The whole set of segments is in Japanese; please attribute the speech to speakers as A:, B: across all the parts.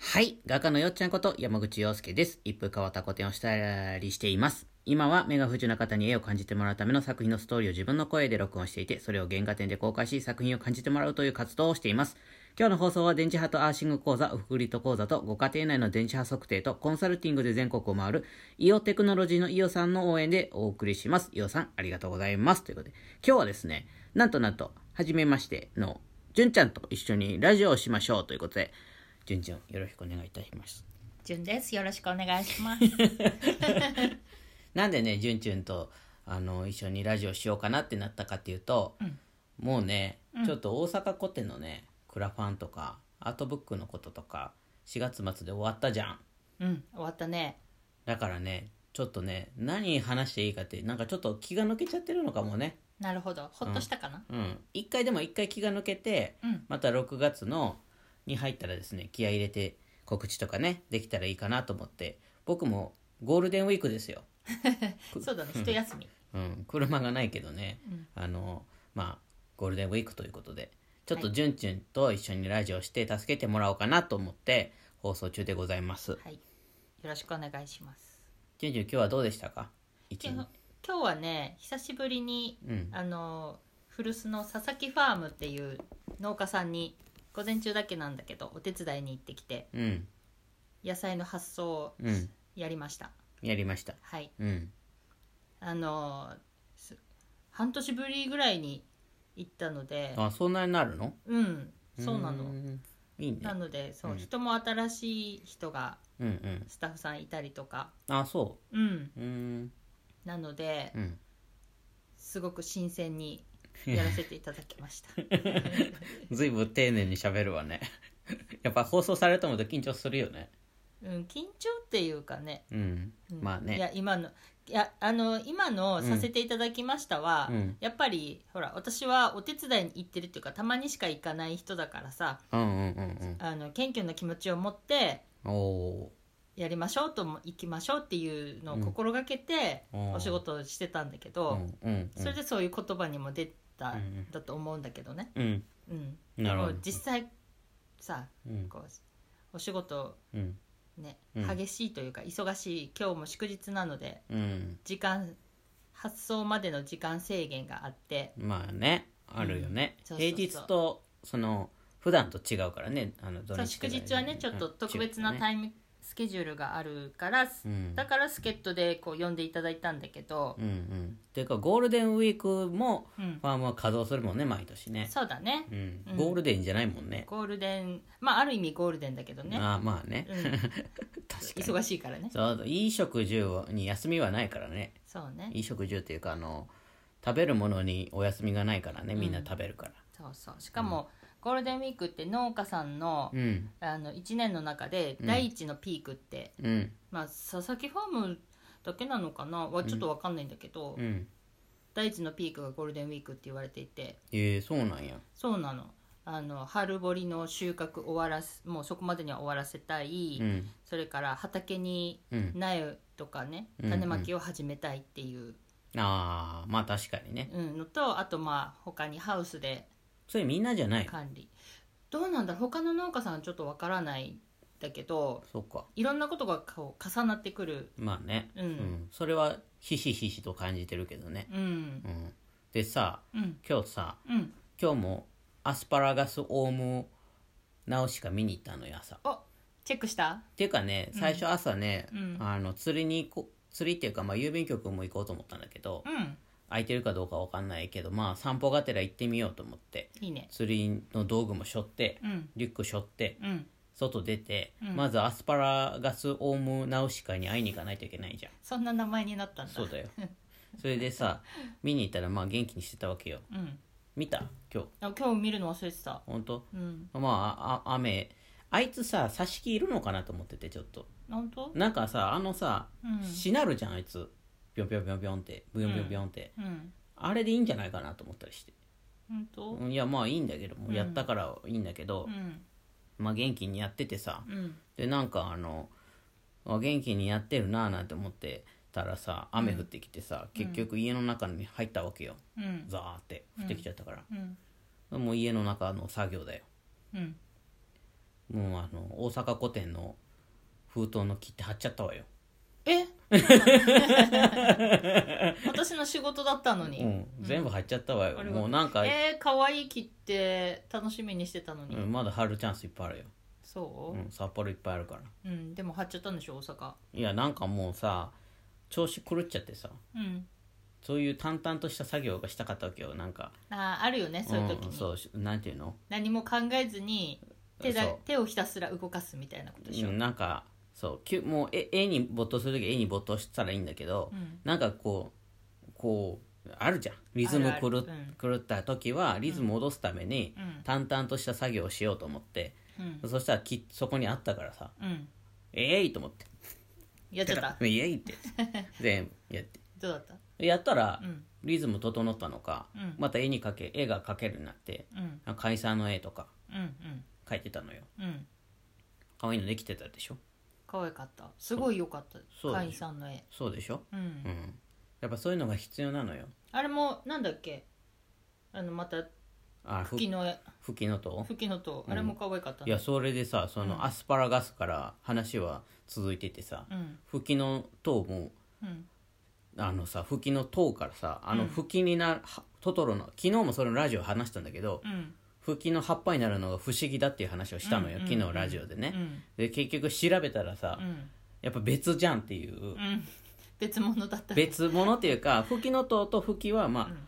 A: はい。画家のよっちゃんこと山口洋介です。一風変わった個展をしたりしています。今は目が不自由な方に絵を感じてもらうための作品のストーリーを自分の声で録音していて、それを原画展で公開し作品を感じてもらうという活動をしています。今日の放送は電磁波とアーシング講座、ウフリット講座とご家庭内の電磁波測定とコンサルティングで全国を回るイオテクノロジーのイオさんの応援でお送りします。イオさん、ありがとうございます。ということで、今日はですね、なんとなんと、はじめましての、じゅんちゃんと一緒にラジオをしましょうということで、じゅんちゃんよろしくお願いいたします。
B: じゅんです。よろしくお願いします。
A: なんでねじゅんちゅんとあの一緒にラジオしようかなってなったかっていうと、
B: うん
A: もうね、ちょっと大阪コテのねクラファンとかアートブックのこととか4月末で終わったじゃん
B: うん、終わったね。
A: だからねちょっとね何話していいかってなんかちょっと気が抜けちゃってるのかもね
B: なるほど。ほっとしたかな。
A: うん一回でも一回気が抜けて、
B: うん
A: また6月のに入ったらですね気合い入れて告知とかねできたらいいかなと思って僕もゴールデンウィークですよ
B: そうだね。一休み。
A: うん、車がないけどね、あのまあゴールデンウィークということでちょっと
B: は
A: じゅんちゅんと一緒にラジオして助けてもらおうかなと思って放送中でございます
B: はい。よろしくお願いします。
A: じゅんじゅん今日はどうでしたか一
B: 今日今日はね、久しぶりに、
A: うん
B: あの古巣の佐々木ファームっていう農家さんに午前中だけなんだけどお手伝いに行ってきて
A: うん
B: 野菜の発送を
A: うん
B: やりました。
A: やりました
B: はい。
A: うん
B: あのす半年ぶりぐらいに行ったので、
A: あそんなになるの
B: うん、そうなの。
A: んいいね
B: なのでそう、
A: うん
B: 人も新しい人が
A: うんうん
B: スタッフさんいたりとか
A: あそ
B: うん
A: ううーん
B: なので
A: うん
B: すごく新 鮮にやらせていただきました
A: ずいぶん丁寧に喋るわね やっぱ放送されると思うと緊張するよね
B: うん緊張っていうかね、
A: うん、
B: うん
A: まあ
B: い
A: ね
B: や今のいやあの今のさせていただきましたは、
A: うん
B: やっぱりほら私はお手伝いに行ってるっていうかたまにしか行かない人だからさ
A: うんうんうん
B: あの謙虚な気持ちを持って
A: うんおー
B: やりましょうとも行きましょうっていうのを心がけて
A: うん
B: お仕事をしてたんだけど、
A: うんうんうん
B: それでそういう言葉にも出た
A: うんん
B: だと思うんだけどね、
A: うん
B: うん、
A: なるほど
B: でも実際さ
A: うん
B: こうお仕事
A: うん
B: ね、
A: うん
B: 激しいというか忙しい今日も祝日なので
A: うん
B: 時間発送までの時間制限があって
A: まあねあるよね、
B: うんそうそうそ
A: 平
B: う
A: 日とその普段と違うからねあの土
B: そう
A: 日
B: 祝日はねちょっと特別なタ
A: イ
B: イムスケジュールがあるから、
A: うん
B: だから助っ人でこう呼んでいただいたんだけど
A: う、んうんっていうかゴールデンウィークも
B: うん
A: ファームは稼働するもんね毎年ね
B: そうだね
A: うん
B: うん
A: ゴールデンじゃないもんね、
B: ゴールデンまあある意味ゴールデンだけどね、
A: ああまあね、
B: うん
A: 確かに
B: 忙しいからね
A: そう衣食住に休みはないからね
B: そうね
A: 衣食住っていうかあの食べるものにお休みがないからねみんな食べるから
B: そうそうしかも、ゴールデンウィークって農家さんの,、
A: うん
B: あの1年の中で
A: ん
B: 第一のピークって、
A: うん
B: まあ佐々木ファームだけなのかなはちょっと分かんないんだけど、
A: うん
B: 第一のピークがゴールデンウィークって言われていて
A: ええそうなんや
B: そうなのあの春掘りの収穫終わらすもうそこまでには終わらせたい、
A: うん
B: それから畑に
A: うん
B: 苗とかね
A: うん
B: 種まきを始めたいっていう、
A: ああまあ確かにね
B: うんのとあとまあ他にハウスで
A: それみんなじゃない
B: 管理どうなんだろう他の農家さんはちょっとわからないんだけど
A: そっか
B: いろんなことがこう重なってくる
A: まあね
B: うん
A: うん、それはひしひしと感じてるけどね、
B: うん
A: うん、でさ
B: うん
A: 今日さ
B: うん
A: 今日もアスパラガスオウム直しか見に行ったのよ朝っ
B: おチェックした
A: ていうかね最初朝ね、
B: うん
A: あの釣りに行こう釣りっていうか、まあ、郵便局も行こうと思ったんだけど、
B: うん
A: 空いてるかどうかわかんないけどまあ散歩がてら行ってみようと思って
B: いいね
A: 釣りの道具も背負って、
B: うん
A: リュック背負って、
B: うん
A: 外出て、
B: うん
A: まずアスパラガスオウムナウシカに会いに行かないといけないじゃん
B: そんな名前になったんだ
A: そうだよ それでさ見に行ったらまあ元気にしてたわけよ
B: うん
A: 見た今日
B: あ今日見るの忘れてた
A: ほんと
B: うん
A: まああ雨あいつさ挿し木いるのかなと思っててちょっと
B: 本当
A: なんかさあのさ、
B: うん
A: しなるじゃんあいつビョンビョンビョンビョンってビョンビョンビョンって、
B: うん
A: あれでいいんじゃないかなと思ったりして
B: 本当
A: いやまあいいんだけども、
B: うん
A: やったからいいんだけど
B: う、ん
A: まあ元気にやっててさ、
B: うん
A: でなんかあのあ元気にやってるなあなんて思ってたらさ雨降ってきてさ、結局家の中に入ったわけよ、
B: うん
A: ザーって降ってきちゃったから、
B: うん
A: もう家の中の作業だよ
B: うん
A: もうあの大阪古典の封筒の切手貼っちゃったわよ
B: え私の仕事だったのに、
A: うん、全部貼っちゃったわよ、
B: ありがとう
A: もうなんか、
B: えー、可愛い切って楽しみにしてたのに、
A: うん、まだ貼るチャンスいっぱいあるよ、
B: そうう、
A: ん、札幌いっぱいあるから
B: うんでも貼っちゃったんでしょ大阪
A: いやなんかもうさ調子狂っちゃってさ
B: うん
A: そういう淡々とした作業がしたかったわけよなんか
B: あーあるよねそういう時に、
A: ん、そうしなんていうの
B: 何も考えずに手だ
A: そう
B: 手をひたすら動かすみたいなことでしょ、
A: う
B: うん
A: んなんかそうきゅもう絵絵に没頭する時は絵に没頭したらいいんだけど、なんかこうこうあるじゃんリズム
B: あるあ
A: 狂
B: る
A: っ狂った時はリズム戻すために
B: うん
A: 淡々とした作業をしようと思って、
B: うん
A: そしたらきそこにあったからさ
B: うん
A: 「ええい!」と思って
B: やっちゃっ た
A: 「イエイ!」って全部やって
B: どうだった
A: やったら
B: うん
A: リズム整ったのか、
B: うん
A: また絵に描け絵が描けるようになって
B: うん
A: 解散の絵とか
B: うん
A: 描いてたのよ
B: うんうん
A: 可愛いのできてたでしょ
B: 可愛かったすごい良かった
A: そう
B: カインさんの絵
A: そうでしょ
B: うん、
A: うんやっぱそういうのが必要なのよ
B: あれもなんだっけあのまた
A: あふ
B: 吹きの絵
A: ふきのとう
B: 吹きのとあれも可愛かった
A: い
B: ね
A: やそれでさそのアスパラガスから話は続いててさ、
B: うん
A: ふきのとうも
B: うん
A: あのさふきのとうからさあのふきにな、はトトロの昨日もそのラジオ話したんだけど、
B: うん
A: ふきの葉っぱになるのが不思議だっていう話をしたのよ、
B: うんうん
A: 昨日ラジオでね、
B: うん
A: で結局調べたらさ、
B: うん
A: やっぱ別じゃんっていう、
B: うん別物だった
A: 別物っていうか吹きの塔と吹きはまあ、
B: うん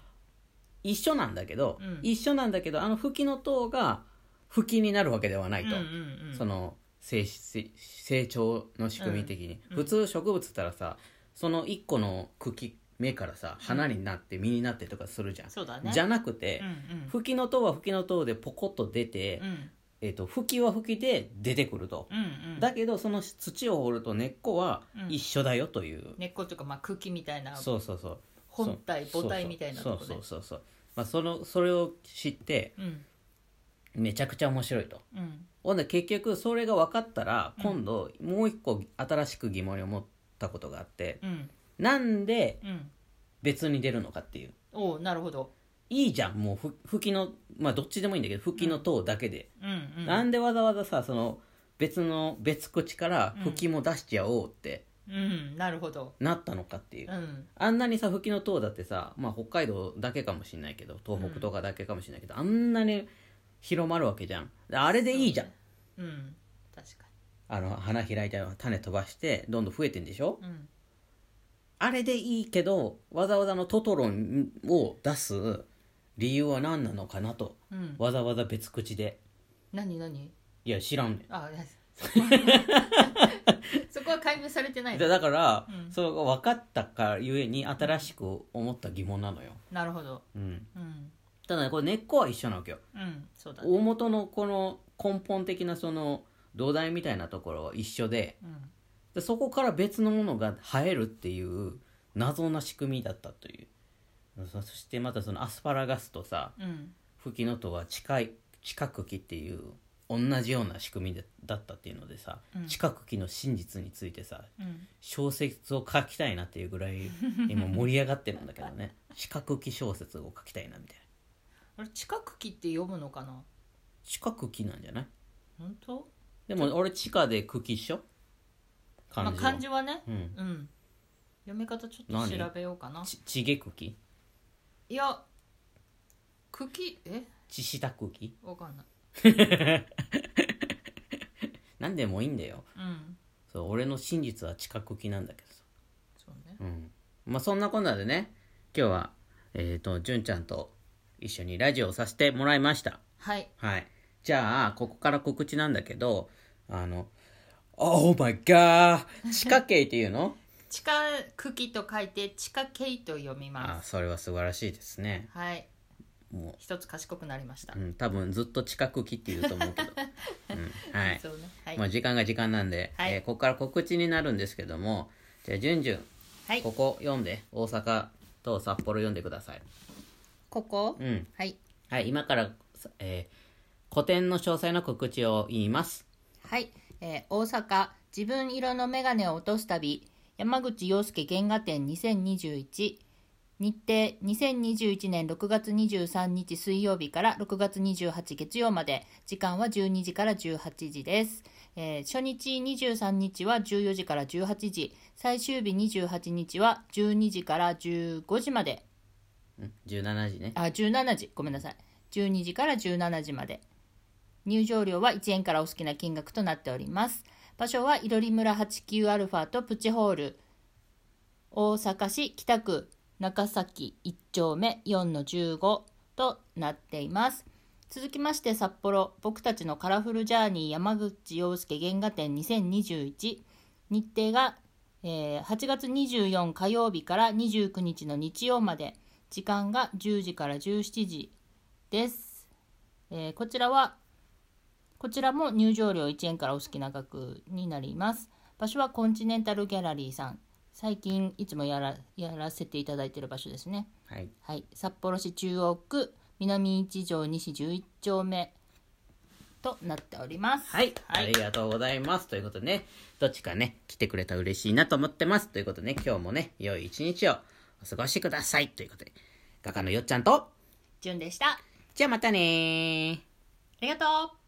A: 一緒なんだけど、
B: うん
A: 一緒なんだけどあの吹きの塔が吹きになるわけではない
B: うんう
A: と、
B: んうん
A: その成成成長の仕組み的に、
B: うん
A: 普通植物ったらさその一個の茎芽からさ花になって実になってとかするじゃん、
B: そうだね
A: じゃなくて
B: う、ん
A: 吹きの塔は吹きの塔でポコッと出て、
B: うんうん
A: えっと吹きは吹きで出てくると、
B: うんうん
A: だけどその土を掘ると根っこは
B: うん
A: 一緒だよという、
B: 根っこというかまあ茎みたいな
A: そうそうそう
B: 本体
A: そう
B: 母体みたいなと
A: そ
B: こ
A: う
B: で
A: そうそうそうまあ、そのそれを知って
B: うん
A: めちゃくちゃ面白いと
B: うん
A: ほんで結局それが分かったら今度もう一個新しく疑問に思ったことがあって、
B: うん
A: なんで
B: うん
A: 別に出るのかっていう
B: おうなるほど
A: いいじゃんもうふ吹きのまあどっちでもいいんだけど吹きの塔だけで、
B: うんうん
A: なんでわざわざさその別の別口から吹きも出しちゃおうって
B: うんなるほど
A: なったのかっていう、
B: うん
A: あんなにさ吹きの塔だってさ、まあ、北海道だけかもしんないけど東北とかだけかもしんないけど、あんなに広まるわけじゃんであれでいいじゃん、
B: うん確か
A: あの花開いたら種飛ばしてどんどん増えてんでしょ
B: にうん
A: あれでいいけどわざわざのトトロンを出す理由は何なのかなと
B: うん
A: わざわざ別口で
B: 何何
A: いや知らんね
B: あいやそこそこは解明されてない
A: ん
B: の
A: でだから、
B: うん
A: それが分かったかゆえに新しく思った疑問なのよ、
B: なるほど
A: うん、
B: うん
A: ただねこれ根っこは一緒なわけよ
B: うんそうだね
A: 大元のこの根本的なその土台みたいなところは一緒で
B: うん
A: でそこから別のものが生えるっていう謎な仕組みだったというそそしてまたそのアスパラガスとさ
B: うん
A: フキノトウは近い近く木っていう同じような仕組みでだったっていうのでさ、
B: うん
A: 近く木の真実についてさ
B: うん
A: 小説を書きたいなっていうぐ らい今盛り上がってるんだけどね近く木小説を書きたいなみたいな
B: あれ近く木って読むのかな
A: 近く木なんじゃない
B: 本当
A: でも俺地下で茎っしょ
B: ま
A: 漢字
B: あ
A: は
B: 漢字はね
A: うん
B: うん読み方ちょっと
A: 何
B: 調べようかな
A: ちちげ茎
B: いや茎え
A: ちした茎
B: わかんない
A: なんでもいいんだよ
B: うん
A: そう俺の真実は近く茎なんだけどさ
B: そうね
A: うんまあそんなこんなでね今日はえっ、と純ちゃんと一緒にラジオをさせてもらいました
B: はい
A: はいじゃあここから告知なんだけどあの「Oh my god! 地下茎っていう の
B: 地下茎と書いて地下茎と読みま
A: あ
B: す
A: それは素晴らしいですね
B: はい
A: も
B: 一つ賢くなりました
A: う、うん、多分ずっと近く茎って言うと思う けど、うん、はい
B: そうねはい、
A: まあ時間が時間なんで、
B: はい
A: えーここから告知になるんですけどもじゃあじゅんじゅん
B: はい
A: ここ読んで大阪と札幌読んでください
B: ここ
A: うん
B: はい
A: はい今から、えー個展の詳細の告知を言います
B: はい、えー大阪自分色の眼鏡を落とす旅山口洋介原画展2021日程2021年6月23日水曜日から6月28月曜まで時間は12時から18時です、えー初日23日は14時から18時最終日28日は12時から15時まで
A: うん17時ね
B: あ17時ごめんなさい12時から17時まで入場料は1円からお好きな金額となっております場所はいろり村 89α とプチホール大阪市北区中崎1丁目4の15となっています続きまして札幌僕たちのカラフルジャーニー山口洋介原画展2021日程が、えー8月24火曜日から29日の日曜まで時間が10時から17時です、えーこちらはこちらも入場料1円からお好きな額になります。場所はコンチネンタルギャラリーさん。最近いつもやらやらせていただいている場所ですね。
A: はい
B: はい、札幌市中央区南一条西11丁目となっております。
A: はい、
B: はい
A: ありがとうございます。ということでね、どっちかね、来てくれたら嬉しいなと思ってます。ということでね、今日もね、良い一日をお過ごしください。ということで、画家のよっちゃんと、
B: じゅんでした。あ
A: じゃあまたねー。
B: りがとう。